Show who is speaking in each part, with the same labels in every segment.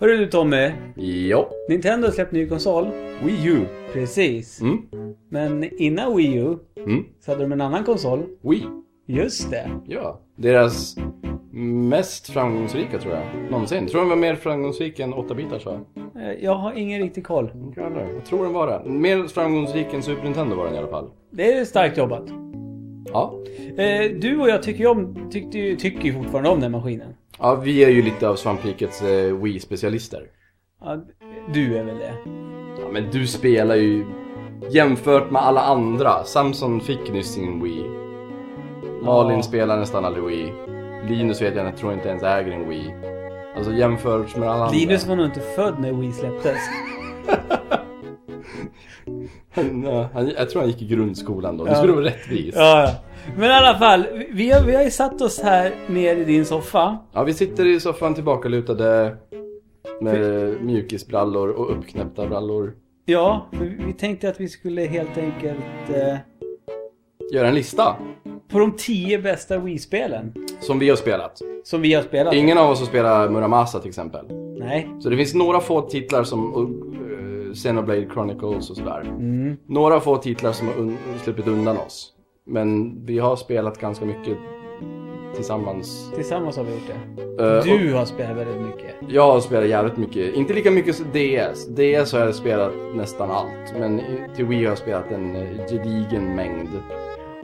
Speaker 1: Hörru du Tommy,
Speaker 2: Ja.
Speaker 1: Nintendo har släppt ny konsol.
Speaker 2: Wii U.
Speaker 1: Precis.
Speaker 2: Mm.
Speaker 1: Men innan Wii U
Speaker 2: Mm.
Speaker 1: så hade de en annan konsol.
Speaker 2: Wii.
Speaker 1: Just det.
Speaker 2: Ja. Deras mest framgångsrika tror jag. Någonsin. Tror den var mer framgångsrik än 8-bitars va?
Speaker 1: Eh, Jag har ingen riktig koll.
Speaker 2: Inte jag heller. Jag tror den var det. Mer framgångsrik än Super Nintendo var den i alla fall.
Speaker 1: Det är starkt jobbat.
Speaker 2: Ja.
Speaker 1: Eh, Du och jag tycker ju om, tyckte, ju- tycker ju fortfarande om den maskinen.
Speaker 2: Ja, vi är ju lite av svamprikets eh, Wii-specialister.
Speaker 1: Ja, du är väl det.
Speaker 2: Ja, men du spelar ju jämfört med alla andra. Samson fick nyss sin Wii. Malin
Speaker 1: Ja.
Speaker 2: spelar nästan aldrig Wii. Linus vet jag, jag tror inte ens äger en Wii. Alltså jämfört med alla
Speaker 1: Linus var
Speaker 2: andra.
Speaker 1: nog inte född när Wii släpptes.
Speaker 2: Han, ja, han, jag tror han gick i grundskolan då. Det
Speaker 1: Ja.
Speaker 2: skulle vara rättvist. Ja.
Speaker 1: Ja, ja. Men i alla fall, vi- vi har, vi har ju satt oss här ner i din soffa.
Speaker 2: vi sitter i soffan tillbakalutade med mjukisbrallor och uppknäppta brallor.
Speaker 1: Ja, för vi tänkte att vi skulle helt enkelt... Eh,
Speaker 2: Gör en lista
Speaker 1: på de tio bästa Wii-spelen
Speaker 2: som vi har spelat.
Speaker 1: som vi har spelat.
Speaker 2: Ingen av oss har spelat Muramasa till exempel.
Speaker 1: Nej.
Speaker 2: Så det finns några få titlar som uh, Xenoblade Chronicles och sådär.
Speaker 1: Mm.
Speaker 2: Några få titlar som har un- sluppit undan oss. Men vi har spelat ganska mycket tillsammans.
Speaker 1: Tillsammans har vi gjort det.
Speaker 2: Eh, och-
Speaker 1: Du har spelat väldigt mycket.
Speaker 2: Jag har spelat jävligt mycket. Inte lika mycket som DS. DS har jag spelat nästan allt. Men i- till Wii har jag spelat en eh, gedigen mängd.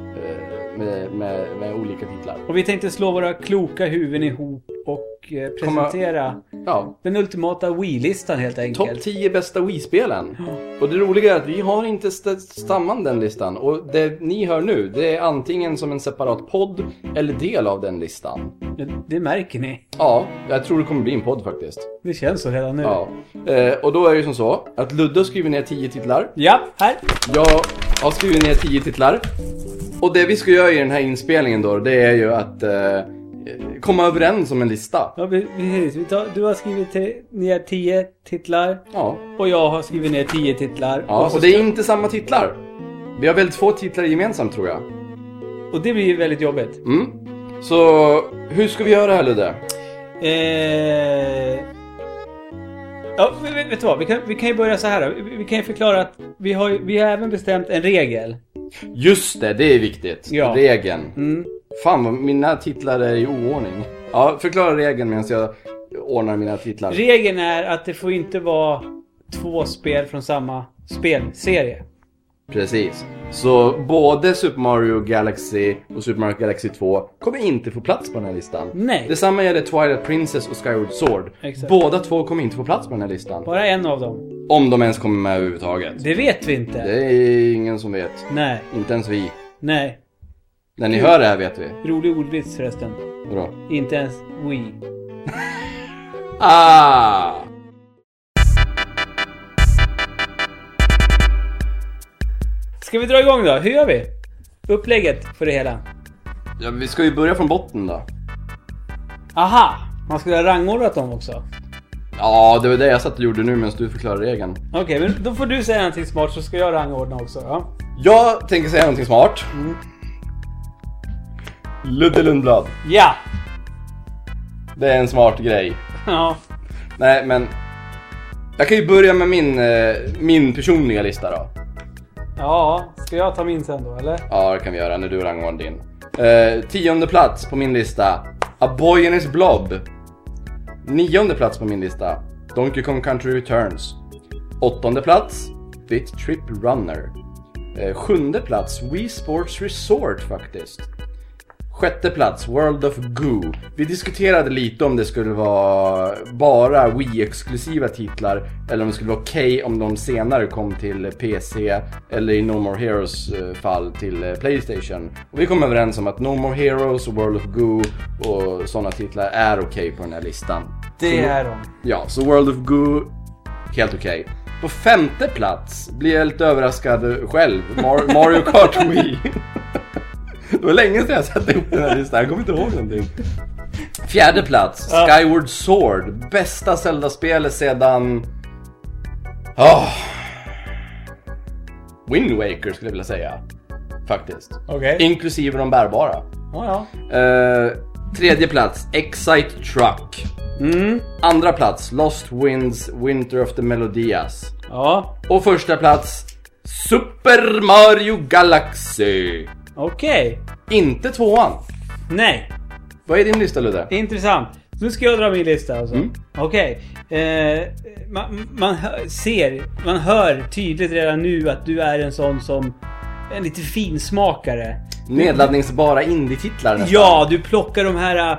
Speaker 2: eh, Med, med, med olika titlar.
Speaker 1: Och vi tänkte slå våra kloka huvuden ihop och eh, presentera
Speaker 2: Ja,
Speaker 1: den ultimata Wii-listan helt
Speaker 2: topp
Speaker 1: enkelt.
Speaker 2: 10 bästa Wii-spelen. Och det roliga är att vi har inte st- samman den listan. Och det ni hör nu, det är antingen som en separat podd eller del av den listan.
Speaker 1: Det- Det märker ni.
Speaker 2: Ja, jag tror det kommer bli en podd faktiskt.
Speaker 1: Det känns så redan nu.
Speaker 2: Ja. Eh, och då är det ju som så att Ludde skriver ner 10 titlar.
Speaker 1: Ja, här.
Speaker 2: Jag har skrivit ner 10 titlar. Och det vi ska göra i den här inspelningen då, det är ju att eh, komma överens om en lista.
Speaker 1: Ja, vi- precis. Vi tar- Du har skrivit te- ner 10 titlar
Speaker 2: Ja.
Speaker 1: och jag har skrivit ner 10 titlar.
Speaker 2: ja
Speaker 1: så
Speaker 2: och det är inte samma titlar. Vi har väldigt få titlar gemensamt tror jag.
Speaker 1: och det blir ju väldigt jobbigt.
Speaker 2: Mm. Så hur ska vi göra här Ludde?
Speaker 1: Eh... Ja, men vet, vet du vad? Vi kan, vi kan ju börja så här. då. Vi, vi kan ju förklara att vi har, ju- vi har även bestämt en regel.
Speaker 2: Just det, det är viktigt.
Speaker 1: Ja.
Speaker 2: Regeln.
Speaker 1: Mm.
Speaker 2: Fan, vad mina titlar är i oordning. Ja, förklara regeln medan jag ordnar mina titlar.
Speaker 1: Regeln är att det får inte vara två spel från samma spelserie.
Speaker 2: Precis. Så både Super Mario Galaxy och Super Mario Galaxy 2 kommer inte få plats på den här listan.
Speaker 1: Nej.
Speaker 2: Detsamma gäller Twilight Princess och Skyward Sword.
Speaker 1: Exakt.
Speaker 2: Båda två kommer inte få plats på den här listan.
Speaker 1: Bara en av dem.
Speaker 2: Om de ens kommer med överhuvudtaget.
Speaker 1: Det vet vi inte.
Speaker 2: Det är ingen som vet.
Speaker 1: Nej,
Speaker 2: Inte ens vi.
Speaker 1: nej.
Speaker 2: När ni hör det här vet vi.
Speaker 1: Rolig ordvits förresten.
Speaker 2: Vadå?
Speaker 1: Inte ens Wii.
Speaker 2: Ah!
Speaker 1: Ska vi dra igång då? Hur gör vi? Upplägget för det hela.
Speaker 2: Ja, vi ska ju börja från botten då.
Speaker 1: Aha! Man skulle ha rangordnat dem också.
Speaker 2: Ja, det var det jag satt och gjorde nu medan du förklarade regeln.
Speaker 1: Okej, men då får du säga någonting smart så ska jag rangordna också. Ja.
Speaker 2: Jag tänker säga någonting smart.
Speaker 1: Mm.
Speaker 2: Ludde Lundblad.
Speaker 1: Ja!
Speaker 2: Det är en smart grej.
Speaker 1: ja.
Speaker 2: Nej, men... Jag kan ju börja med min, eh, min personliga lista då.
Speaker 1: Ja, ska jag ta min sen då eller?
Speaker 2: Ja, det kan vi göra när du rangordnar din. Eh, tionde plats på min lista. A Boy and His Blob. Nionde plats på min lista. Donkey Kong Country Returns. Åttonde plats. Bit Trip Runner. Eh, sjunde plats. Wii Sports Resort faktiskt. Sjätte plats, World of Goo. Vi diskuterade lite om det skulle vara bara Wii-exklusiva titlar eller om det skulle vara okej om de senare kom till PC eller i No More Heroes eh, fall till eh, Playstation. Och vi kom överens om att No More Heroes och World of Goo och sådana titlar är okej på den här listan.
Speaker 1: Det är de.
Speaker 2: Ja, så World of Goo, helt okej. På femte plats blir jag lite överraskad själv. Mar- Mario Kart Wii. Det var länge sedan jag satte ihop den här listan, jag kommer inte ihåg någonting. Fjärde plats,
Speaker 1: Ja.
Speaker 2: Skyward Sword. Bästa Zelda-spelet sedan... Oh. Wind Waker skulle jag vilja säga. Faktiskt.
Speaker 1: Okej.
Speaker 2: Inklusive de bärbara.
Speaker 1: Ja, ja.
Speaker 2: Eh, Tredje plats, Excite Truck.
Speaker 1: Mm.
Speaker 2: Andra plats, Lost Winds Winter of the Melodias.
Speaker 1: Ja,
Speaker 2: Och första plats, Super Mario Galaxy.
Speaker 1: okej.
Speaker 2: Inte tvåan.
Speaker 1: Nej,
Speaker 2: Vad är din lista Ludde?
Speaker 1: intressant. Nu ska jag dra min lista alltså.
Speaker 2: Mm.
Speaker 1: Okej. Eh, man, man hör, ser, man hör tydligt redan nu att du är en sån som... En lite finsmakare.
Speaker 2: Nedladdningsbara indie-titlar nästan.
Speaker 1: Ja, du plockar de här... äh,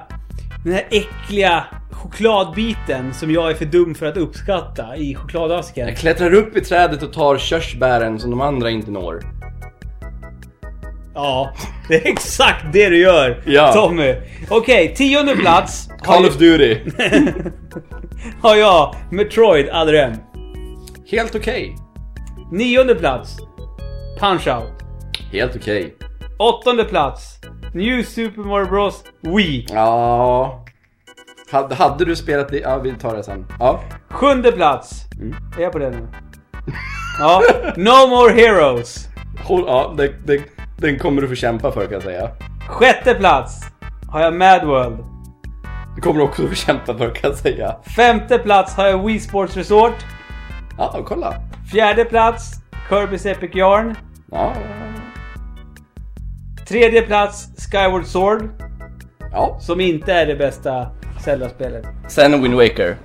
Speaker 1: Den här äckliga chokladbiten som jag är för dum för att uppskatta i chokladasken.
Speaker 2: Jag klättrar upp i trädet och tar körsbären som de andra inte når.
Speaker 1: Ja, det är exakt det du gör
Speaker 2: Ja.
Speaker 1: Tommy. Okej, tionde plats har,
Speaker 2: Call of Duty.
Speaker 1: har jag Metroid Adrem.
Speaker 2: Helt okej.
Speaker 1: Nionde plats Punch Out.
Speaker 2: Helt okej.
Speaker 1: Åttonde plats New Super Mario Bros Wii.
Speaker 2: Ja. Hade, hade du spelat det? Ja, vi tar det sen. Ja.
Speaker 1: Sjunde plats. Är jag på den nu? Ja. No More Heroes.
Speaker 2: Håll, ja det, det, den kommer du få kämpa för kan jag säga.
Speaker 1: Sjätte plats har jag Mad World.
Speaker 2: Det kommer du också få kämpa för kan jag säga.
Speaker 1: Femte plats har jag Wii Sports Resort.
Speaker 2: Ja, kolla.
Speaker 1: Fjärde plats Kirby's Epic Yarn.
Speaker 2: Ja.
Speaker 1: Tredje plats Skyward Sword.
Speaker 2: ja.
Speaker 1: Som inte är det bästa Zelda-spelet
Speaker 2: Sen Wind Waker.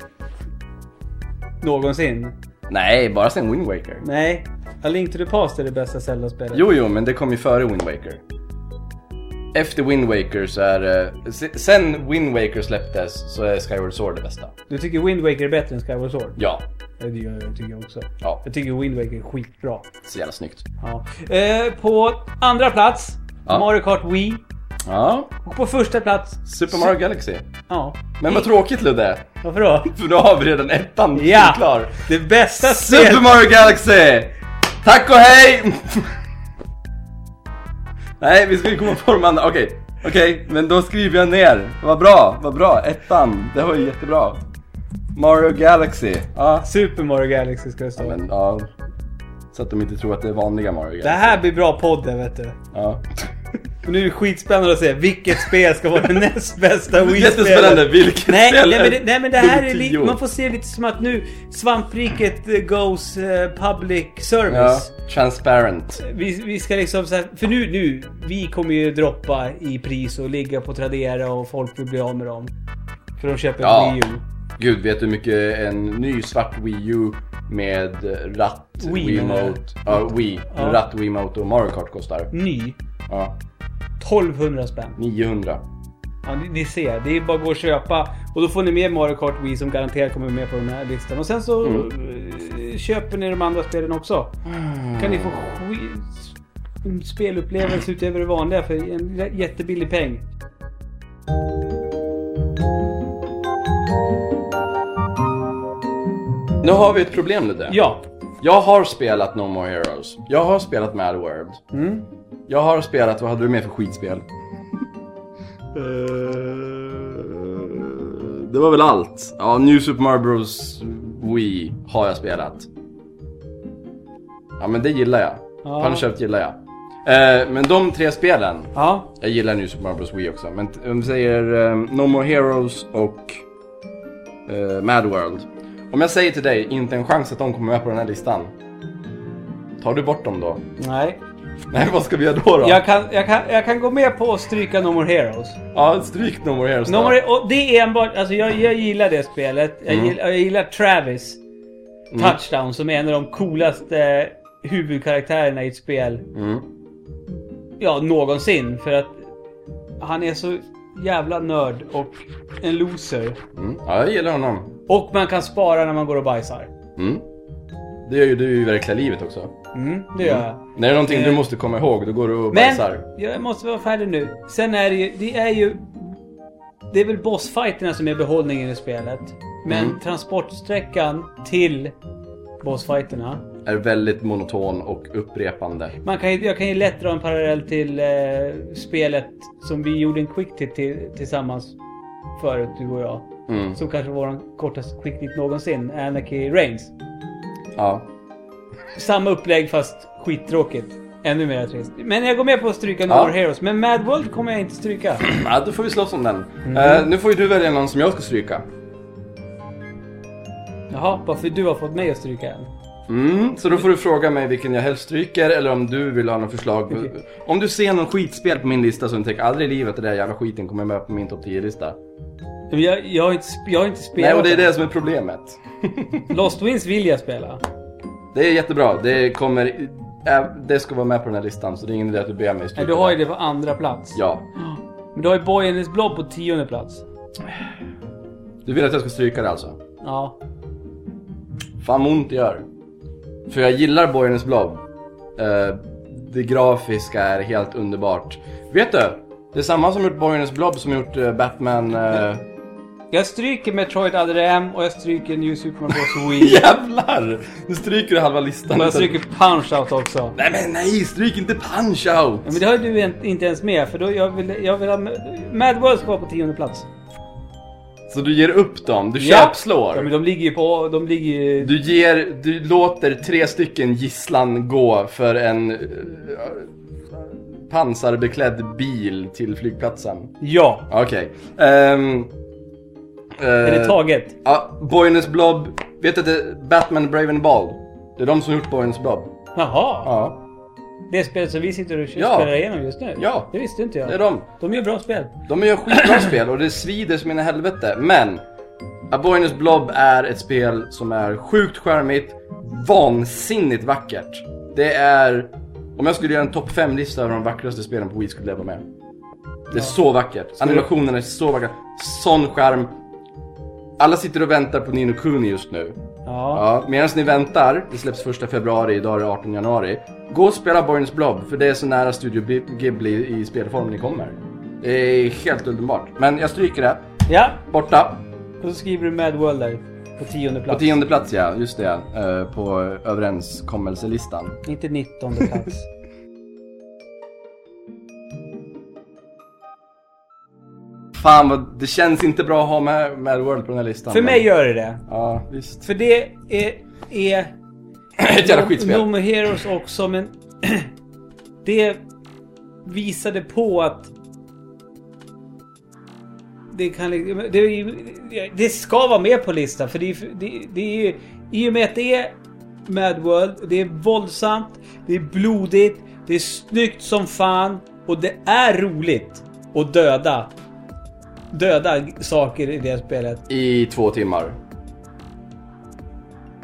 Speaker 1: någonsin.
Speaker 2: Nej, bara sen Wind Waker.
Speaker 1: Nej, A Link to the Past är det bästa Zelda-spelet.
Speaker 2: Jo, jo, men det kom ju före Wind Waker. Efter Wind Waker så är eh, se- Sen Wind Waker släpptes så är Skyward Sword det bästa.
Speaker 1: Du tycker Wind Waker är bättre än Skyward Sword?
Speaker 2: Ja.
Speaker 1: Ja, det gör jag, tycker jag också.
Speaker 2: Ja,
Speaker 1: Jag tycker Wind Waker är skitbra.
Speaker 2: så jävla snyggt.
Speaker 1: Ja. Eh, på andra plats,
Speaker 2: Ja.
Speaker 1: Mario Kart Wii.
Speaker 2: Ja.
Speaker 1: Och på första plats,
Speaker 2: Super Mario Galaxy.
Speaker 1: ja.
Speaker 2: Men vad tråkigt Ludde.
Speaker 1: Varför då?
Speaker 2: För då har vi redan ettan
Speaker 1: Ja.
Speaker 2: klar.
Speaker 1: Det bästa
Speaker 2: Super
Speaker 1: spelet...
Speaker 2: Mario Galaxy! Tack och hej! Nej, vi ska ju komma på de andra. Okej, okej, men då skriver jag ner. Vad bra, vad bra. Ettan, det var ju jättebra. Mario Galaxy. Ja,
Speaker 1: Super Mario Galaxy ska det stå.
Speaker 2: men ja. Så att de inte tror att det är vanliga Mario
Speaker 1: Det
Speaker 2: Galaxy.
Speaker 1: här blir bra podden vet du.
Speaker 2: Ja.
Speaker 1: Och nu är det skitspännande att se vilket spel ska vara det näst bästa Wii-spelet.
Speaker 2: Jättespännande, vilket
Speaker 1: Nej,
Speaker 2: spel
Speaker 1: nej,
Speaker 2: är
Speaker 1: men det, nej men det här är
Speaker 2: nummer
Speaker 1: lite,
Speaker 2: tio?
Speaker 1: man får se det lite som att nu svampriket eh, goes eh, public
Speaker 2: Ja,
Speaker 1: service.
Speaker 2: transparent.
Speaker 1: Vi, vi ska liksom så här, för nu, nu, vi kommer ju droppa i pris och ligga på Tradera och folk vill bli av med dem. För de köper
Speaker 2: Ja.
Speaker 1: ja. Wii U.
Speaker 2: Gud, vet du hur mycket en ny svart Wii U med ratt,
Speaker 1: Wii,
Speaker 2: Wiimote, ja, Wii,
Speaker 1: Ja. Mm.
Speaker 2: ratt, Wiimote och Mario Kart kostar?
Speaker 1: Ny.
Speaker 2: Ja,
Speaker 1: 1200 spänn.
Speaker 2: 900.
Speaker 1: Ja, ni, ni ser, det är bara att gå och köpa. Och då får ni med Mario Kart Wii som garanterat kommer med på den här listan. Och sen så eh, köper ni de andra spelen också. kan ni få skit, en spelupplevelse utöver det vanliga för en jä- jättebillig peng.
Speaker 2: Nu har vi ett problem Ludde.
Speaker 1: Ja.
Speaker 2: Jag har spelat No More Heroes. Jag har spelat Mad World.
Speaker 1: Mm.
Speaker 2: Jag har spelat, vad hade du med för skitspel? Eh, det var väl allt. Ja, New Super Mario Bros Wii har jag spelat. Ja men det gillar jag.
Speaker 1: Ja.
Speaker 2: Punch Out gillar jag. Eh, men de tre spelen.
Speaker 1: Ja.
Speaker 2: Jag gillar New Super Mario Bros Wii också. Men t- om vi säger eh, No More Heroes och eh, Mad World. Om jag säger till dig, inte en chans att de kommer med på den här listan. Tar du bort dem då?
Speaker 1: Nej.
Speaker 2: Nej, vad ska vi göra då? då?
Speaker 1: Jag kan, jag, kan, jag kan gå med på att stryka No More Heroes.
Speaker 2: Ja, stryk No More Heroes
Speaker 1: No
Speaker 2: då.
Speaker 1: More, och det är enbart, alltså jag, jag gillar det spelet. Jag,
Speaker 2: Mm.
Speaker 1: gillar, jag gillar Travis Touchdown som är en av de coolaste huvudkaraktärerna i ett spel.
Speaker 2: Mm.
Speaker 1: Ja, någonsin. För att han är så jävla nörd och en loser.
Speaker 2: Mm. Ja, jag gillar honom.
Speaker 1: Och man kan spara när man går och bajsar.
Speaker 2: Mm. Det gör ju du i verkliga livet också.
Speaker 1: Mm, det gör jag.
Speaker 2: När det är någonting du
Speaker 1: Eh.
Speaker 2: måste komma ihåg, då går du och
Speaker 1: Men
Speaker 2: bajsar.
Speaker 1: jag måste vara färdig nu. Sen är det ju... Det är ju... Det är väl bossfighterna som är behållningen i spelet. Men
Speaker 2: Mm.
Speaker 1: transportsträckan till bossfighterna.
Speaker 2: Är väldigt monoton och upprepande.
Speaker 1: Man kan, ju- jag kan ju lätt dra en parallell till eh, spelet som vi gjorde en quick tip till, tillsammans förut, du och jag.
Speaker 2: Mm.
Speaker 1: Som kanske var den kortaste quick tip någonsin, Anarchy Reigns.
Speaker 2: Ja.
Speaker 1: Samma upplägg fast skittråkigt. Ännu mer trist. Men jag går med på att stryka No
Speaker 2: Ja.
Speaker 1: More Heroes. Men Mad World kommer jag inte stryka.
Speaker 2: Ja, då får vi slåss om den.
Speaker 1: Mm.
Speaker 2: Eh, nu får ju du välja någon som jag ska stryka.
Speaker 1: Jaha, varför du har fått mig att stryka en?
Speaker 2: Mm, så då får du fråga mig vilken jag helst stryker eller om du vill ha någon förslag. på-
Speaker 1: Okej.
Speaker 2: Om du ser någon skitspel på min lista så tänker aldrig i livet att den där jävla skiten kommer med på min topp 10-lista.
Speaker 1: Men Jag, jag, har, inte, sp- jag har inte spelat
Speaker 2: Nej, och det är
Speaker 1: den.
Speaker 2: det som är problemet.
Speaker 1: Lost Winds vill jag spela.
Speaker 2: Det är jättebra. Det kommer... äh, Det ska vara med på den här listan så det är ingen idé att du ber mig stryka
Speaker 1: Nej, du har ju det på andra plats.
Speaker 2: Ja.
Speaker 1: Men du har ju Boy and his Blob på tionde plats.
Speaker 2: Du vill att jag ska stryka det alltså?
Speaker 1: Ja.
Speaker 2: Fan vad ont det gör. För jag gillar Bojanens Blob. Eh, det grafiska är helt underbart. Vet du? Det är samma som gjort Bojanens Blob som gjort eh, Batman... eh,
Speaker 1: Jag stryker Metroid Other M och jag stryker New Super Mario Bros. Wii.
Speaker 2: Jävlar! Nu stryker du halva listan.
Speaker 1: Och jag stryker Punch Out också.
Speaker 2: Nej men nej! Stryk inte Punch Out!
Speaker 1: Ja, men det har ju du en- inte ens med för då jag vill, jag vill ha... Mad World ska vara på tionde plats.
Speaker 2: Så du ger upp dem. Du
Speaker 1: Ja.
Speaker 2: köpslår.
Speaker 1: Ja men de ligger ju på... De ligger ju...
Speaker 2: Du ger... Du låter tre stycken gisslan gå för en... eh, pansarbeklädd bil till flygplatsen.
Speaker 1: Ja!
Speaker 2: Okej. Ehm,
Speaker 1: Är det
Speaker 2: eh,
Speaker 1: taget?
Speaker 2: Ja, Boynes Blob. Vet du att det är Batman Brave and Ball? Det är de som gjort Boynes Blob.
Speaker 1: Jaha!
Speaker 2: Ja.
Speaker 1: Det spelet som vi sitter och
Speaker 2: Ja.
Speaker 1: spelar igenom just nu?
Speaker 2: Ja.
Speaker 1: Det visste inte jag.
Speaker 2: Det är de.
Speaker 1: De gör bra spel.
Speaker 2: De gör skitbra spel och det svider som in i helvete. Men! A Boynes Blob är ett spel som är sjukt charmigt, vansinnigt vackert. Det är... Om jag skulle göra en topp 5-lista över de vackraste spelen på Wii skulle det vara med. Det är så vackert. Animationerna är så vackra. Sån charm. Alla sitter och väntar på Nino Kuni just nu.
Speaker 1: Ja.
Speaker 2: Ja, medan ni väntar, det släpps 1 februari, idag är det 18 januari. Gå och spela Borgens Blob, för det är så nära Studio Ghib- Ghibli i spelform ni kommer. Det är helt underbart. Men jag stryker det.
Speaker 1: Ja.
Speaker 2: Borta.
Speaker 1: Och så skriver du Mad World där. På tionde
Speaker 2: På
Speaker 1: plats.
Speaker 2: tionde plats ja, just det. eh, På överenskommelselistan.
Speaker 1: Inte nittonde plats.
Speaker 2: Fan vad, det känns inte bra att ha med Mad World på den här listan.
Speaker 1: För
Speaker 2: men-
Speaker 1: mig gör det det.
Speaker 2: Ja, visst.
Speaker 1: För det är... är
Speaker 2: Ett jävla skitspel.
Speaker 1: No More Heroes också men... det visade på att... Det kan li- det, är ju- det ska vara med på listan för det är, det, det är ju... I och med att det är Mad World, det är våldsamt, det är blodigt, det är snyggt som fan och det är roligt att döda. Döda saker i det spelet.
Speaker 2: I två timmar.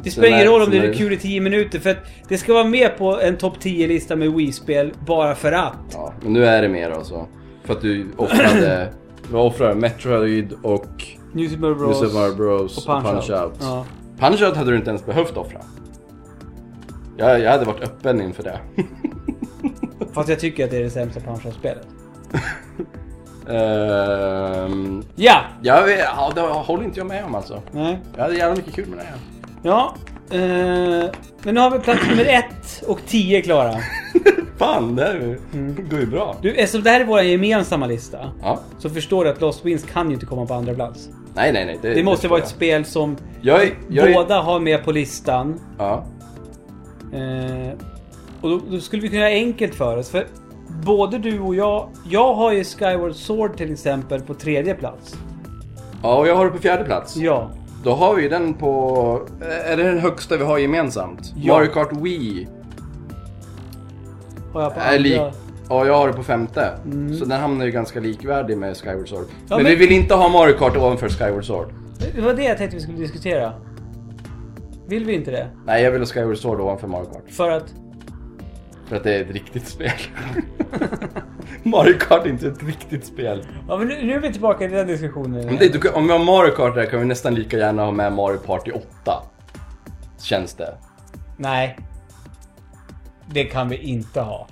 Speaker 1: Det spelar ingen
Speaker 2: Nej,
Speaker 1: roll om det
Speaker 2: nej.
Speaker 1: är kul i 10 minuter för att det ska vara med på en topp 10-lista med Wii-spel bara för att.
Speaker 2: Ja, men nu är det mer alltså. För att du offrade... Du offrar Metroid och...
Speaker 1: New Super Mario Bros.
Speaker 2: New Super Mario Bros
Speaker 1: och Punch, Out. Ja.
Speaker 2: Punch-Out hade du inte ens behövt offra. Jag, jag hade varit öppen inför det.
Speaker 1: Fast jag tycker att det är det sämsta Punch Out-spelet.
Speaker 2: Ehm,
Speaker 1: Ja!
Speaker 2: jag, vet- ja, det håller inte jag med om alltså.
Speaker 1: Nej.
Speaker 2: Jag hade jävla mycket kul med det här.
Speaker 1: Ja. eh, men nu har vi plats nummer 1 och 10 klara.
Speaker 2: Fan, det här
Speaker 1: Mm.
Speaker 2: går ju bra.
Speaker 1: Du, eftersom det här är vår gemensamma lista
Speaker 2: Ja.
Speaker 1: så förstår du att Lost Wins kan ju inte komma på andra plats.
Speaker 2: Nej, nej, nej.
Speaker 1: Det måste
Speaker 2: förstår
Speaker 1: vara ett
Speaker 2: jag.
Speaker 1: spel som
Speaker 2: Jag är... Jag är
Speaker 1: båda har med på listan.
Speaker 2: ja.
Speaker 1: Eh, och då, då skulle vi kunna göra enkelt för oss. För både du och jag. Jag har ju Skyward Sword till exempel på tredje plats.
Speaker 2: ja, och jag har det på fjärde plats.
Speaker 1: Ja.
Speaker 2: Då har vi den på... Är det den högsta vi har gemensamt?
Speaker 1: Ja.
Speaker 2: Mario Kart Wii
Speaker 1: Har jag på
Speaker 2: är lik.
Speaker 1: andra.
Speaker 2: Ja, jag har det på femte. Så den hamnar ju ganska likvärdig med Skyward Sword.
Speaker 1: Mm. Ja,
Speaker 2: men,
Speaker 1: men-
Speaker 2: vi vill inte ha Mario Kart ovanför Skyward Sword.
Speaker 1: Det var det jag tänkte vi skulle diskutera. Vill vi inte det?
Speaker 2: Nej, jag vill ha Skyward Sword ovanför Mario Kart.
Speaker 1: För att...
Speaker 2: För att det är ett riktigt spel. Mario Kart är inte ett riktigt spel.
Speaker 1: Ja men nu, nu är vi tillbaka till den diskussionen.
Speaker 2: Om,
Speaker 1: igen.
Speaker 2: det, du, kan- om vi har Mario Kart där kan vi nästan lika gärna ha med Mario Party 8. Känns det.
Speaker 1: Nej. Det kan vi inte ha.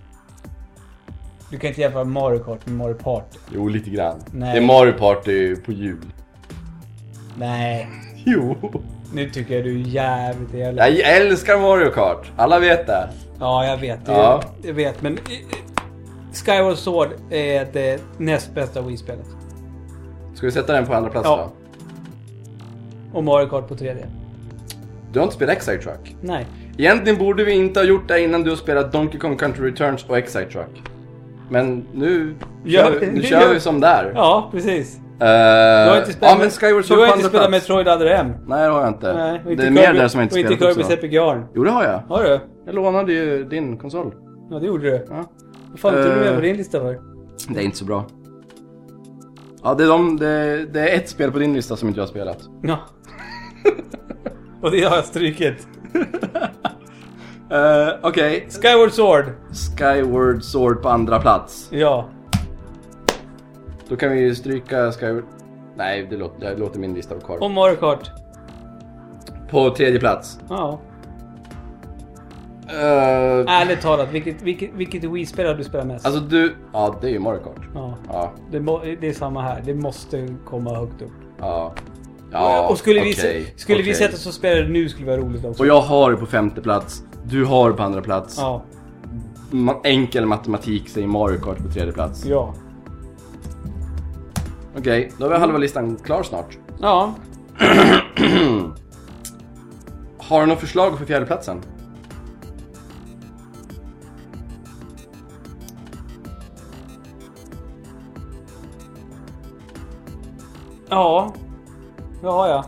Speaker 1: Du kan inte jämföra Mario Kart med Mario Party.
Speaker 2: Jo, lite grann.
Speaker 1: Nej.
Speaker 2: Det är Mario Party på jul.
Speaker 1: Nej.
Speaker 2: Jo.
Speaker 1: Nu tycker jag du är jävligt jävla...
Speaker 2: Jag älskar Mario Kart. Alla vet det.
Speaker 1: Ja, jag vet. Det,
Speaker 2: Ja.
Speaker 1: Jag vet, men... eh, Skyward Sword är det näst bästa Wii-spelet.
Speaker 2: Ska vi sätta den på andra plats
Speaker 1: Ja.
Speaker 2: då?
Speaker 1: Och Mario Kart på 3D.
Speaker 2: Du har inte spelat Excite Truck?
Speaker 1: Nej.
Speaker 2: Egentligen borde vi inte ha gjort det innan du har spelat Donkey Kong Country Returns och Excite Truck. Men nu
Speaker 1: Ja,
Speaker 2: kör, nu
Speaker 1: det
Speaker 2: kör
Speaker 1: gör-
Speaker 2: vi som där.
Speaker 1: Ja, precis.
Speaker 2: Eh,
Speaker 1: Du har inte spelat,
Speaker 2: ja, men Skyward
Speaker 1: du
Speaker 2: Sword
Speaker 1: har
Speaker 2: på
Speaker 1: inte
Speaker 2: andra
Speaker 1: spelat
Speaker 2: plats.
Speaker 1: Metroid Other M.
Speaker 2: Nej, det har jag inte.
Speaker 1: Nej, och
Speaker 2: det
Speaker 1: inte
Speaker 2: är mer
Speaker 1: Kirby-
Speaker 2: där som jag inte
Speaker 1: Och inte
Speaker 2: spelat
Speaker 1: Kirby's
Speaker 2: också.
Speaker 1: Epic Yarn.
Speaker 2: Jo, det har jag.
Speaker 1: Har du?
Speaker 2: Jag lånade ju din konsol.
Speaker 1: Ja, det gjorde du.
Speaker 2: Ja.
Speaker 1: Vad fan tog du med
Speaker 2: Eh.
Speaker 1: på din lista för?
Speaker 2: Det är inte så bra. Ja, det är, de, det, det är ett spel på din lista som inte jag har spelat.
Speaker 1: Ja. Och det har jag strykit.
Speaker 2: Eh, Okej,
Speaker 1: Skyward Sword.
Speaker 2: Skyward Sword på andra plats.
Speaker 1: Ja.
Speaker 2: Då kan vi ju stryka Skyward... Nej, det låter, jag låter min lista vara kvar.
Speaker 1: Och Mario Kart.
Speaker 2: På tredje plats.
Speaker 1: Ja.
Speaker 2: Eh,
Speaker 1: Ärligt talat, vilket, vilket, vilket Wii-spel har du spelat mest?
Speaker 2: alltså du... Ja, det är ju Mario Kart.
Speaker 1: ja.
Speaker 2: Ja,
Speaker 1: det, må, det är samma här. Det måste komma högt upp.
Speaker 2: ja. Ja,
Speaker 1: och skulle, vi,
Speaker 2: okej,
Speaker 1: se- skulle vi
Speaker 2: okej.
Speaker 1: sätta oss och spela det nu skulle det vara roligt också.
Speaker 2: Och jag har det på femte plats. Du har det på andra plats.
Speaker 1: Ja.
Speaker 2: Ma- enkel matematik säger Mario Kart på tredje plats.
Speaker 1: Ja.
Speaker 2: Okej, då har vi halva listan klar snart.
Speaker 1: Ja.
Speaker 2: Har du något förslag för fjärdeplatsen?
Speaker 1: Ja. Det har jag.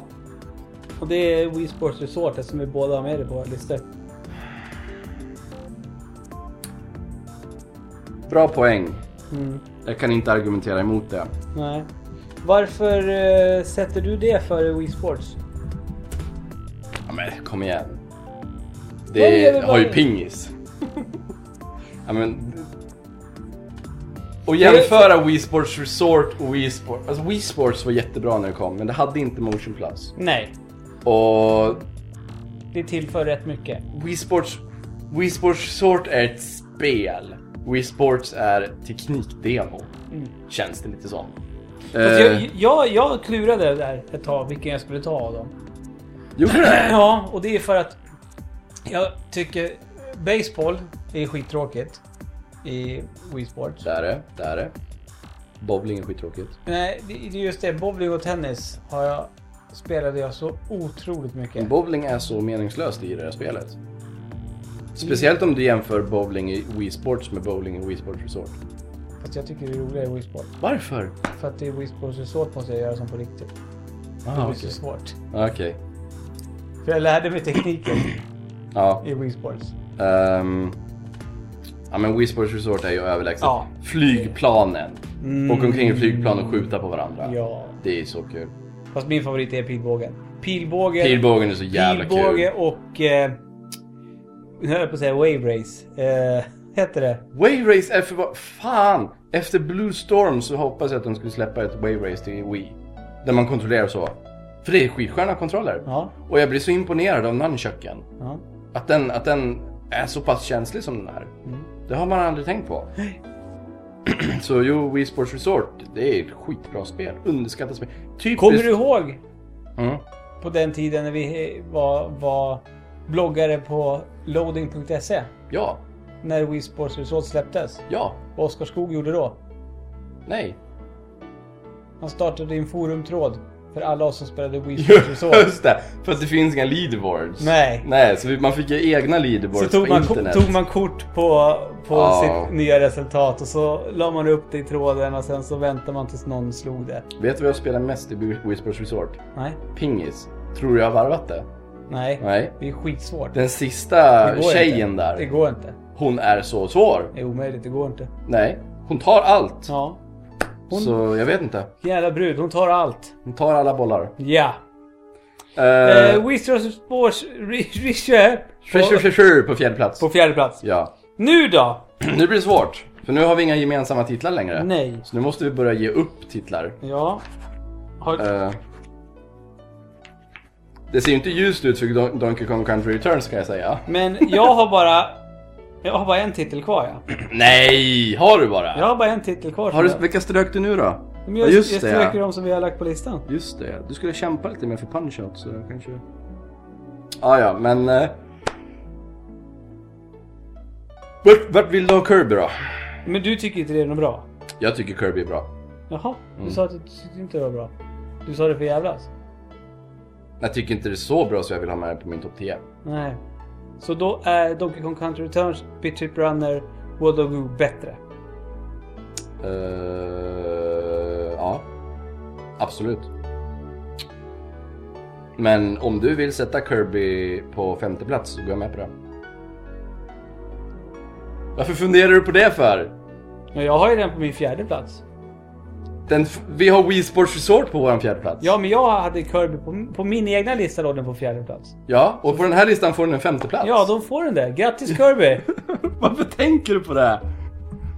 Speaker 1: Och det är Wii Sports Resort eftersom vi båda har med det på våra listor.
Speaker 2: Bra poäng.
Speaker 1: Mm.
Speaker 2: Jag kan inte argumentera emot det.
Speaker 1: Nej. Varför eh, sätter du det före Wii Sports?
Speaker 2: Ja, men kom igen.
Speaker 1: Nej,
Speaker 2: Det
Speaker 1: jag vill bara-
Speaker 2: har ju pingis. ja, men... Och jämföra Wii Sports Resort och Wii Sports. Alltså Wii Sports var jättebra när det kom, men det hade inte Motion Plus.
Speaker 1: Nej.
Speaker 2: Och
Speaker 1: Det tillför rätt mycket.
Speaker 2: Wii Sports, Wii Sports Resort är ett spel. Wii Sports är teknikdemo. Känns det lite som.
Speaker 1: Mm. Fast
Speaker 2: Eh,
Speaker 1: Jag, jag, jag klurade där ett tag vilken jag skulle ta av dem.
Speaker 2: Gjorde det?
Speaker 1: Ja, och det är för att jag tycker baseball är skittråkigt i Wii Sports.
Speaker 2: Där är det, där är det. Bowling är skittråkigt.
Speaker 1: Nej, det det är just det. Bowling och tennis har jag, spelade jag så otroligt mycket.
Speaker 2: Bowling är så meningslöst i det här spelet. Speciellt om du jämför bowling i Wii Sports med bowling i Wii Sports Resort. Ah,
Speaker 1: Fast jag tycker det är roligare i Wii Sport.
Speaker 2: Varför?
Speaker 1: För att det är Wii Sports Resort måste jag göra som på riktigt. Det
Speaker 2: Ah,
Speaker 1: blir så
Speaker 2: Okej.
Speaker 1: svårt.
Speaker 2: Okej.
Speaker 1: För jag lärde mig tekniken
Speaker 2: Ja.
Speaker 1: i Wii Sports.
Speaker 2: ehm, ja men Wii Sports Resort är ju överlägset.
Speaker 1: Ja.
Speaker 2: Flygplanen.
Speaker 1: Mm.
Speaker 2: Åka omkring i flygplan och skjuta på varandra.
Speaker 1: Ja.
Speaker 2: Det är så kul.
Speaker 1: Fast min favorit är pilbågen. Pilbåge.
Speaker 2: Pilbågen är så jävla
Speaker 1: pilbåge
Speaker 2: kul.
Speaker 1: och... Eh, nu höll jag på att säga wave race. Eh, heter det?
Speaker 2: Wave Race är för... vad- Fan! Efter Blue Storm så hoppas jag att de skulle släppa ett Wave Race till Wii. Där man kontrollerar så. För det är skitsköna kontroller.
Speaker 1: Ja.
Speaker 2: Och jag blir så imponerad av nunchucken.
Speaker 1: ja.
Speaker 2: Att den, att den är så pass känslig som den är.
Speaker 1: Mm.
Speaker 2: Det har man aldrig tänkt på. Så jo, Wii Sports Resort, det är ett skitbra spel. Underskattat spel. Typiskt...
Speaker 1: Kommer du ihåg
Speaker 2: Mm.
Speaker 1: på den tiden när vi var, var bloggare på loading.se?
Speaker 2: Ja.
Speaker 1: När Wii Sports Resort släpptes.
Speaker 2: Ja.
Speaker 1: Vad Oskar Skog gjorde då?
Speaker 2: Nej.
Speaker 1: Han startade en forumtråd för alla oss som spelade Wii Sports Resort.
Speaker 2: det! För att det finns inga leaderboards.
Speaker 1: Nej.
Speaker 2: Nej, så vi- man fick ju egna
Speaker 1: Så
Speaker 2: leaderboards
Speaker 1: tog
Speaker 2: på
Speaker 1: man,
Speaker 2: internet.
Speaker 1: tog man kort på, på
Speaker 2: Ja.
Speaker 1: sitt nya resultat och så la man upp det i tråden och sen så väntade man tills någon slog det.
Speaker 2: Vet du vad jag spelar mest i Wii Sports Resort?
Speaker 1: Nej,
Speaker 2: Pingis. Tror du jag har varvat det?
Speaker 1: nej.
Speaker 2: Nej.
Speaker 1: Det är skitsvårt.
Speaker 2: Den sista
Speaker 1: Det går
Speaker 2: tjejen
Speaker 1: inte. Det
Speaker 2: där,
Speaker 1: går inte.
Speaker 2: hon är så svår.
Speaker 1: Det är omöjligt, det går inte.
Speaker 2: Nej, hon tar allt.
Speaker 1: Ja. Hon-
Speaker 2: Så jag vet inte.
Speaker 1: Jävla brud, hon tar allt.
Speaker 2: Hon tar alla bollar.
Speaker 1: Ja.
Speaker 2: Eh,
Speaker 1: Uh, Wizards Sports Richard
Speaker 2: Treasure
Speaker 1: på,
Speaker 2: Treasure på fjärde plats.
Speaker 1: på fjärde plats.
Speaker 2: Ja.
Speaker 1: Nu då?
Speaker 2: Nu blir det svårt. För nu har vi inga gemensamma titlar längre.
Speaker 1: Nej.
Speaker 2: Så nu måste vi börja ge upp titlar.
Speaker 1: Ja. Har,
Speaker 2: Eh, det ser ju inte ljust ut för Don- Donkey Kong Country Returns kan jag säga.
Speaker 1: Men jag har bara... Jag har bara en titel kvar ja.
Speaker 2: Nej! Har du bara?
Speaker 1: Jag har bara en titel kvar.
Speaker 2: Har
Speaker 1: som
Speaker 2: du,
Speaker 1: jag-
Speaker 2: vilka strök du nu då?
Speaker 1: Men
Speaker 2: Ja,
Speaker 1: jag,
Speaker 2: just
Speaker 1: jag
Speaker 2: det
Speaker 1: stryker
Speaker 2: ja.
Speaker 1: de som vi har lagt på listan.
Speaker 2: Just det Du skulle kämpa lite mer för punch-out så jag kanske... Ah, ja, men... eh, Vart, vart vill du ha Kirby då?
Speaker 1: Men du tycker inte det är något bra?
Speaker 2: Jag tycker Kirby är bra.
Speaker 1: Jaha, du
Speaker 2: Mm.
Speaker 1: sa att du tyckte inte det var bra. Du sa det för jävlas.
Speaker 2: Jag tycker inte det är så bra så jag vill ha med det på min topp 10.
Speaker 1: Nej. Så då är Donkey Kong Country Returns, Bit Trip Runner, World of Goo bättre.
Speaker 2: Eh, ja, absolut. Men om du vill sätta Kirby på femte plats så går jag med på det. Varför funderar du på det för?
Speaker 1: Men jag har ju den på min fjärde plats.
Speaker 2: Den f- vi har Wii Sports Resort på vår fjärde plats.
Speaker 1: Ja, men jag hade Kirby på, på min egna lista då den på fjärde plats.
Speaker 2: Ja, och på den här listan får den en femte plats.
Speaker 1: Ja, de får den där. Grattis Kirby!
Speaker 2: Varför tänker du på det?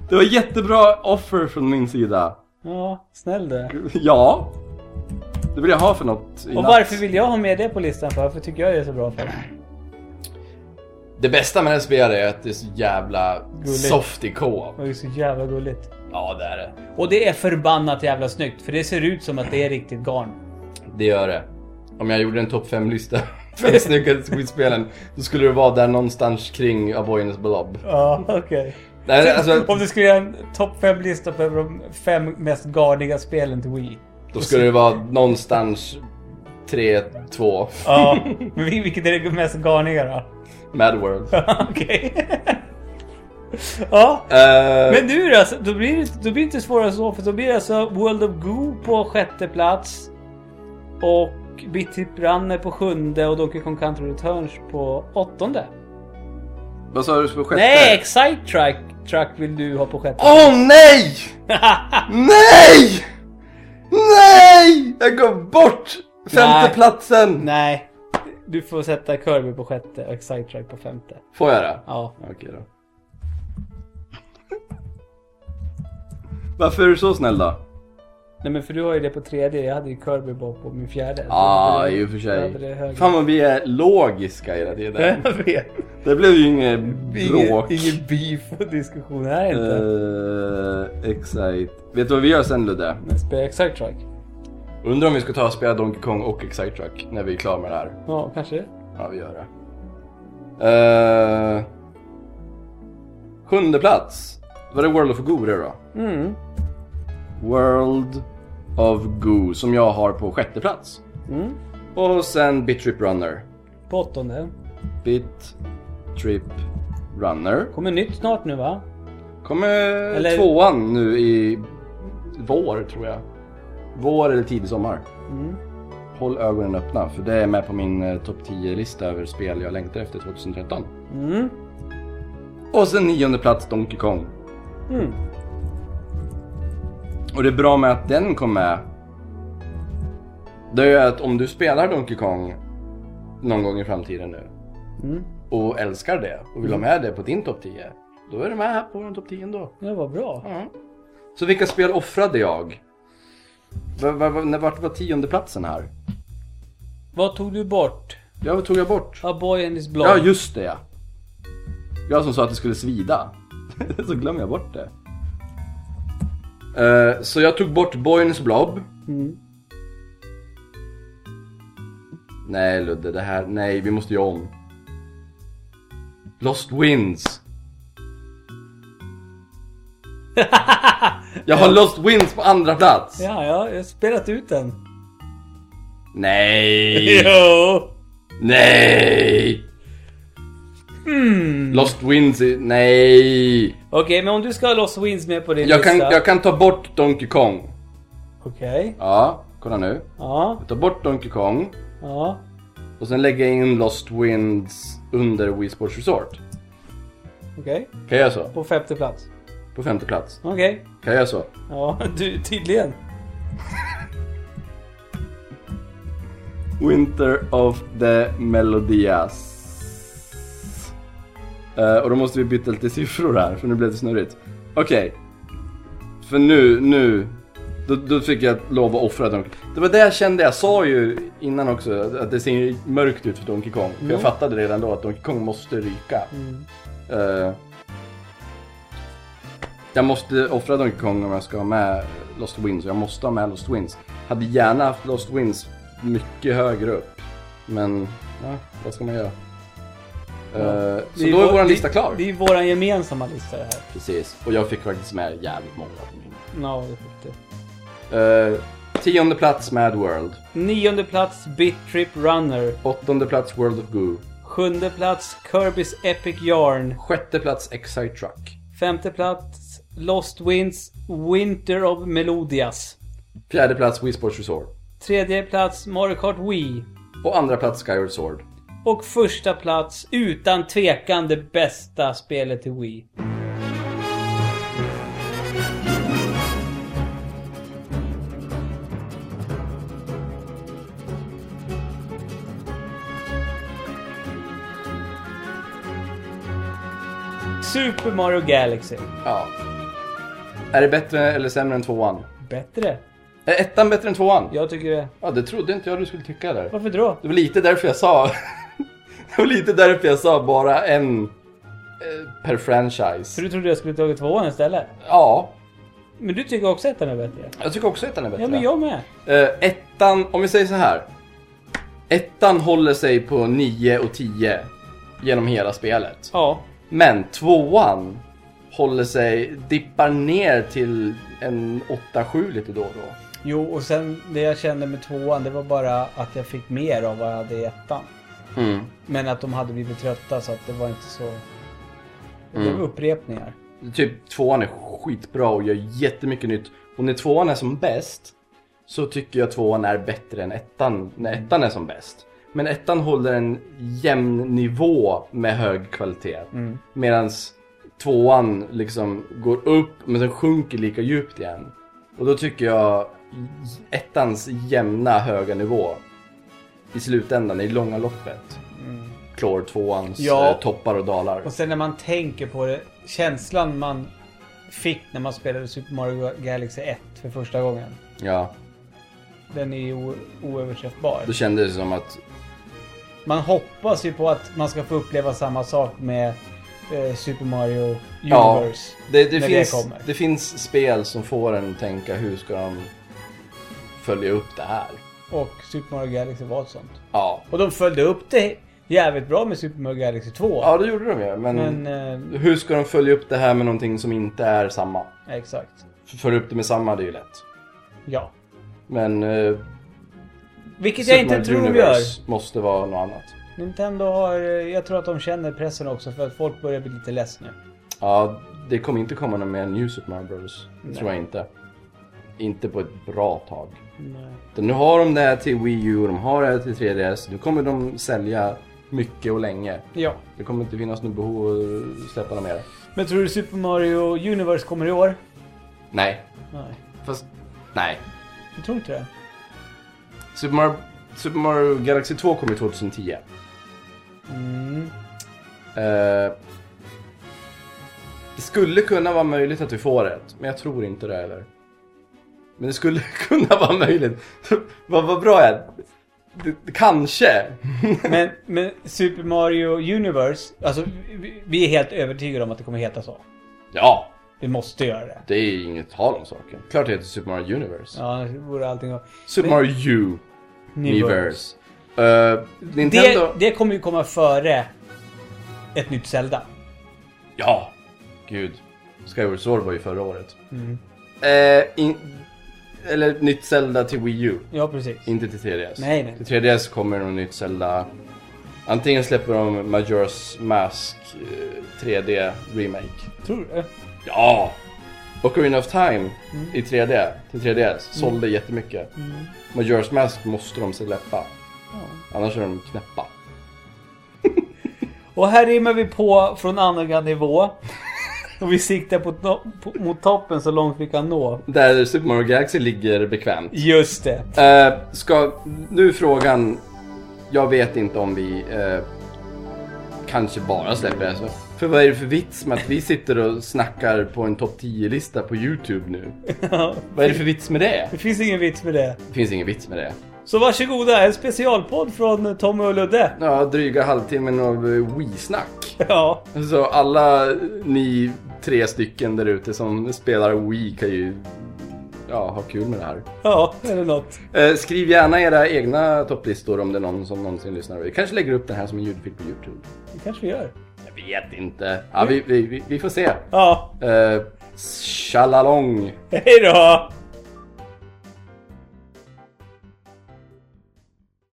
Speaker 2: Det var jättebra offer från min sida.
Speaker 1: Ja, snäll du.
Speaker 2: Ja. Det vill jag ha för något i
Speaker 1: Och
Speaker 2: natt.
Speaker 1: varför vill jag ha med det på listan för? Varför tycker jag det är så bra för?
Speaker 2: Det bästa med det här spelet är att det är så jävla
Speaker 1: Gulligt.
Speaker 2: soft i co
Speaker 1: Det är så jävla gulligt.
Speaker 2: Ja, det är det.
Speaker 1: Och det är förbannat jävla snyggt för det ser ut som att det är riktigt garn.
Speaker 2: Det gör det. Om jag gjorde en topp 5-lista för de snyggaste skitspelen, då skulle det vara där någonstans kring A Boy in His Blob.
Speaker 1: Ja, okej.
Speaker 2: Nej, alltså,
Speaker 1: Om du skulle göra en topp 5-lista på de fem mest garniga spelen till Wii.
Speaker 2: då skulle det vara någonstans 3-2.
Speaker 1: Ja. Men vil- vilket är det mest garniga då?
Speaker 2: Mad World.
Speaker 1: okej. ja.
Speaker 2: Eh,
Speaker 1: Men nu då, alltså, då blir det, då blir det inte svårare än så. För då blir det alltså World of Goo på sjätte plats. Och Bit Trip Runner på sjunde och Donkey Kong Country Returns på åttonde.
Speaker 2: Vad sa du på sjätte?
Speaker 1: Nej, Excite Truck, Truck vill du ha på sjätte.
Speaker 2: Åh nej! nej! Nej! Jag gav bort femte
Speaker 1: Nej.
Speaker 2: platsen.
Speaker 1: Nej. Du får sätta Kirby på sjätte och Excite Truck på femte.
Speaker 2: Får jag det?
Speaker 1: Ja.
Speaker 2: Okej då. Varför är du så snäll då?
Speaker 1: Nej men för du har ju det på tredje. Jag hade ju Kirby bara på min fjärde. Så
Speaker 2: Ja, ah,
Speaker 1: jag hade-
Speaker 2: i och för
Speaker 1: jag
Speaker 2: sig.
Speaker 1: hade det högre.
Speaker 2: Fan vad vi är logiska hela tiden.
Speaker 1: Jag vet.
Speaker 2: Det blev ju inget
Speaker 1: Ingen,
Speaker 2: bråk.
Speaker 1: ingen beef och diskussion här inte.
Speaker 2: Eh, excite. Vet du vad vi gör sen Ludde?
Speaker 1: Men spela Excite Truck.
Speaker 2: Undrar om vi ska ta och spela Donkey Kong och Excite Truck när vi är klara med det här.
Speaker 1: Ja, kanske det.
Speaker 2: Ja, vi gör det. Eh, sjunde plats. Var det World of Goo det då?
Speaker 1: Mm.
Speaker 2: World of Goo som jag har på sjätte plats.
Speaker 1: Mm.
Speaker 2: Och sen Bit Trip Runner.
Speaker 1: På åttonde.
Speaker 2: Bit Trip Runner.
Speaker 1: Kommer nytt snart nu va?
Speaker 2: Kommer
Speaker 1: Eller-
Speaker 2: tvåan nu i vår tror jag. Vår eller tidig sommar.
Speaker 1: Mm.
Speaker 2: Håll ögonen öppna för det är med på min eh, topp 10-lista över spel jag längtar efter 2013.
Speaker 1: Mm.
Speaker 2: Och sen nionde plats Donkey Kong.
Speaker 1: Mm.
Speaker 2: Och det är bra med att den kom med. Det är ju att om du spelar Donkey Kong någon gång i framtiden nu
Speaker 1: Mm.
Speaker 2: och älskar det och vill ha med det på din topp 10. Då är du med här på vår topp 10 ändå.
Speaker 1: Det var bra.
Speaker 2: Så vilka spel offrade jag? V- v- v- när- Vart var tionde platsen här?
Speaker 1: Vad tog du bort?
Speaker 2: Ja, vad tog jag bort?
Speaker 1: A boy and his blog.
Speaker 2: Ja, just det ja. Jag som sa att det skulle svida. så glömmer jag bort det. Eh, så jag tog bort Boyens Blob.
Speaker 1: Mm.
Speaker 2: Nej Ludde, det här, nej vi måste göra om. Lost Winds. jag har Lost Winds på andra plats.
Speaker 1: Ja, ja, jag har spelat ut den.
Speaker 2: Nej!
Speaker 1: Jo!
Speaker 2: Nej!
Speaker 1: Mm.
Speaker 2: Lost Winds är... Nej!
Speaker 1: Hmm. Okej, men om du ska ha Lost Winds med på din
Speaker 2: Jag kan,
Speaker 1: lista.
Speaker 2: jag kan ta bort Donkey Kong.
Speaker 1: Okej.
Speaker 2: Ja, kolla nu.
Speaker 1: Ja,
Speaker 2: Ta bort Donkey Kong.
Speaker 1: ja.
Speaker 2: Och sen lägga in Lost Winds under Wii Sports Resort.
Speaker 1: Okej.
Speaker 2: Kan jag göra så?
Speaker 1: På femte plats.
Speaker 2: På femte plats.
Speaker 1: Okej.
Speaker 2: Kan jag göra så?
Speaker 1: Ja, du tydligen.
Speaker 2: Winter of the Melodias. Eh, och då måste vi byta lite siffror här, för nu blev det snurrigt. Okej. För nu, nu. Då, då fick jag lov att offra Donkey Det var det jag kände, jag sa ju innan också att- att det ser ju mörkt ut för Donkey Kong. För jag fattade redan då att Donkey Kong måste ryka. Eh, jag måste offra Donkey Kong om jag ska ha med Lost Winds. Jag måste ha med Lost Winds. Hade gärna haft Lost Winds mycket högre upp. Men, ja, vad ska man göra? Eh, så
Speaker 1: Det
Speaker 2: då är
Speaker 1: vår-
Speaker 2: vår
Speaker 1: det-
Speaker 2: lista klar.
Speaker 1: Det är våran gemensamma lista det här.
Speaker 2: Precis, och jag fick faktiskt med jävligt många. på min.
Speaker 1: Ja, det fick du.
Speaker 2: Eh, tionde plats Mad World.
Speaker 1: Nionde plats Bit Trip Runner.
Speaker 2: Åttonde plats World of Goo.
Speaker 1: Sjunde plats Kirby's Epic Yarn.
Speaker 2: Sjätte plats Excite Truck.
Speaker 1: Femte plats Lost Winds Winter of Melodias.
Speaker 2: Fjärde plats Wii Sports Resort.
Speaker 1: Tredje plats Mario Kart Wii.
Speaker 2: Och andra plats Skyward Sword.
Speaker 1: Och första plats utan tvekan det bästa spelet till Wii. Super Mario Galaxy.
Speaker 2: Ja. Är det bättre eller sämre än tvåan?
Speaker 1: Bättre.
Speaker 2: Är ettan bättre än tvåan?
Speaker 1: Jag tycker det.
Speaker 2: Ja, det trodde inte jag du skulle tycka där.
Speaker 1: Varför då?
Speaker 2: Det var lite därför jag sa... det var lite därför jag sa bara en eh,
Speaker 1: För
Speaker 2: per franchise.
Speaker 1: du trodde jag skulle tagit tvåan istället.
Speaker 2: Ja,
Speaker 1: Men du tycker också ettan är bättre?
Speaker 2: jag tycker också ettan är bättre.
Speaker 1: Ja, men jag med.
Speaker 2: Eh, ettan, om vi säger så här. Ettan håller sig på 9 och 10 genom hela spelet.
Speaker 1: Ja.
Speaker 2: Men tvåan håller sig, dippar ner till en 8-7 lite då och då.
Speaker 1: Jo, och sen det jag kände med tvåan, det var bara att jag fick mer av vad jag hade i ettan. Men att de hade blivit trötta så att det var inte så... Det blev upprepningar.
Speaker 2: Typ tvåan är skitbra och gör jättemycket nytt. Och när tvåan är som bäst så tycker jag tvåan är bättre än ettan när ettan är som bäst. Men ettan håller en jämn nivå med hög kvalitet. Mm. Medan tvåan liksom går upp men sen sjunker lika djupt igen. Och då tycker jag ettans jämna höga nivå i slutändan, i långa loppet, klår tvåans
Speaker 1: Ja.
Speaker 2: eh, toppar och dalar.
Speaker 1: Och sen när man tänker på det, känslan man fick när man spelade Super Mario Galaxy 1 för första gången.
Speaker 2: Ja,
Speaker 1: Den är ju o- oöverträffbar.
Speaker 2: då kändes det som att
Speaker 1: Man hoppas ju på att man ska få uppleva samma sak med eh, Super Mario
Speaker 2: Ja,
Speaker 1: Universe.
Speaker 2: Det, det,
Speaker 1: när
Speaker 2: finns,
Speaker 1: det
Speaker 2: det,
Speaker 1: kommer.
Speaker 2: finns spel som får en att tänka hur ska de följa upp det här?
Speaker 1: Och Super Mario Galaxy var ett sånt.
Speaker 2: Ja,
Speaker 1: Och de följde upp det jävligt bra med Super Mario Galaxy 2.
Speaker 2: ja det gjorde de ju. Men,
Speaker 1: Men, eh,
Speaker 2: hur ska de följa upp det här med någonting som inte är samma?
Speaker 1: exakt.
Speaker 2: F- Följa upp det med samma, det är ju lätt.
Speaker 1: Ja.
Speaker 2: Men eh,
Speaker 1: Vilket
Speaker 2: Super
Speaker 1: jag inte
Speaker 2: Mario
Speaker 1: tror de gör.
Speaker 2: Universe måste vara något annat.
Speaker 1: Nintendo har... eh, Jag tror att de känner pressen också för att folk börjar bli lite less nu.
Speaker 2: Ja, det kommer inte komma någon mer New Super Mario Bros. Det tror jag inte. Inte på ett bra tag.
Speaker 1: eh,
Speaker 2: Utan Nu har de det här till Wii U och de har det här till 3DS. Nu kommer de sälja mycket och länge.
Speaker 1: Ja.
Speaker 2: Det kommer inte finnas något behov att släppa dem mer.
Speaker 1: Men tror du Super Mario Universe kommer i år?
Speaker 2: Nej.
Speaker 1: Nej.
Speaker 2: Fast, nej.
Speaker 1: Jag tror inte det.
Speaker 2: Super Mario, Super Mario Galaxy 2 kom ju 2010.
Speaker 1: Mm.
Speaker 2: Eh, det skulle kunna vara möjligt att vi får ett, men jag tror inte det heller. Men det skulle kunna vara möjligt. vad, vad bra jag är. Det- det- Kanske.
Speaker 1: Men, men Super Mario Universe, alltså vi, vi är helt övertygade om att det kommer heta så.
Speaker 2: ja,
Speaker 1: Vi måste göra det.
Speaker 2: det är inget tal om saken. Klart det heter Super Mario Universe.
Speaker 1: Ja, annars vore allting...
Speaker 2: Super
Speaker 1: Men-
Speaker 2: Mario U. Universe. Eh, Nintendo...
Speaker 1: Det, det kommer ju komma före ett nytt Zelda.
Speaker 2: Ja! Gud. Skyward Sword var ju förra året. Eh, in, eller nytt Zelda till Wii U.
Speaker 1: Ja, precis.
Speaker 2: Inte till 3DS.
Speaker 1: Nej, nej.
Speaker 2: Till 3DS kommer nog nytt Zelda. Antingen släpper de Majora's Mask eh, 3D Remake.
Speaker 1: Tror du?
Speaker 2: Ja! Ocarina of Time
Speaker 1: Mm.
Speaker 2: i 3D till 3DS sålde jättemycket. Majora's Mask måste de släppa. Annars är de knäppa.
Speaker 1: Och här rimmar vi på från annorlunda nivå. Och vi siktar på to- på, mot toppen så långt vi kan nå.
Speaker 2: Där Super Mario Galaxy ligger bekvämt.
Speaker 1: Just det.
Speaker 2: Eh, ska, nu är frågan, jag vet inte om vi eh, kanske bara släpper det. så. För vad är det för vits med att vi sitter och snackar på en topp 10-lista på Youtube nu? Vad är det för vits med det?
Speaker 1: det finns ingen vits med det.
Speaker 2: Det finns ingen vits med det.
Speaker 1: Så varsågoda, en specialpodd från Tommy och Ludde.
Speaker 2: Ja, dryga halvtimmen av eh, Wii-snack.
Speaker 1: Ja.
Speaker 2: Så alla ni tre stycken där ute som spelar Wii kan ju ja, ha kul med det här.
Speaker 1: Ja, eller något.
Speaker 2: Eh, skriv gärna era egna topplistor om det är någon som någonsin lyssnar. Vi kanske lägger upp den här som en ljudfil på Youtube.
Speaker 1: Det kanske vi gör.
Speaker 2: Jag vet inte. Ja, vi, vi, vi, vi får se.
Speaker 1: Ja,
Speaker 2: Uh, shalalong.
Speaker 1: hej då!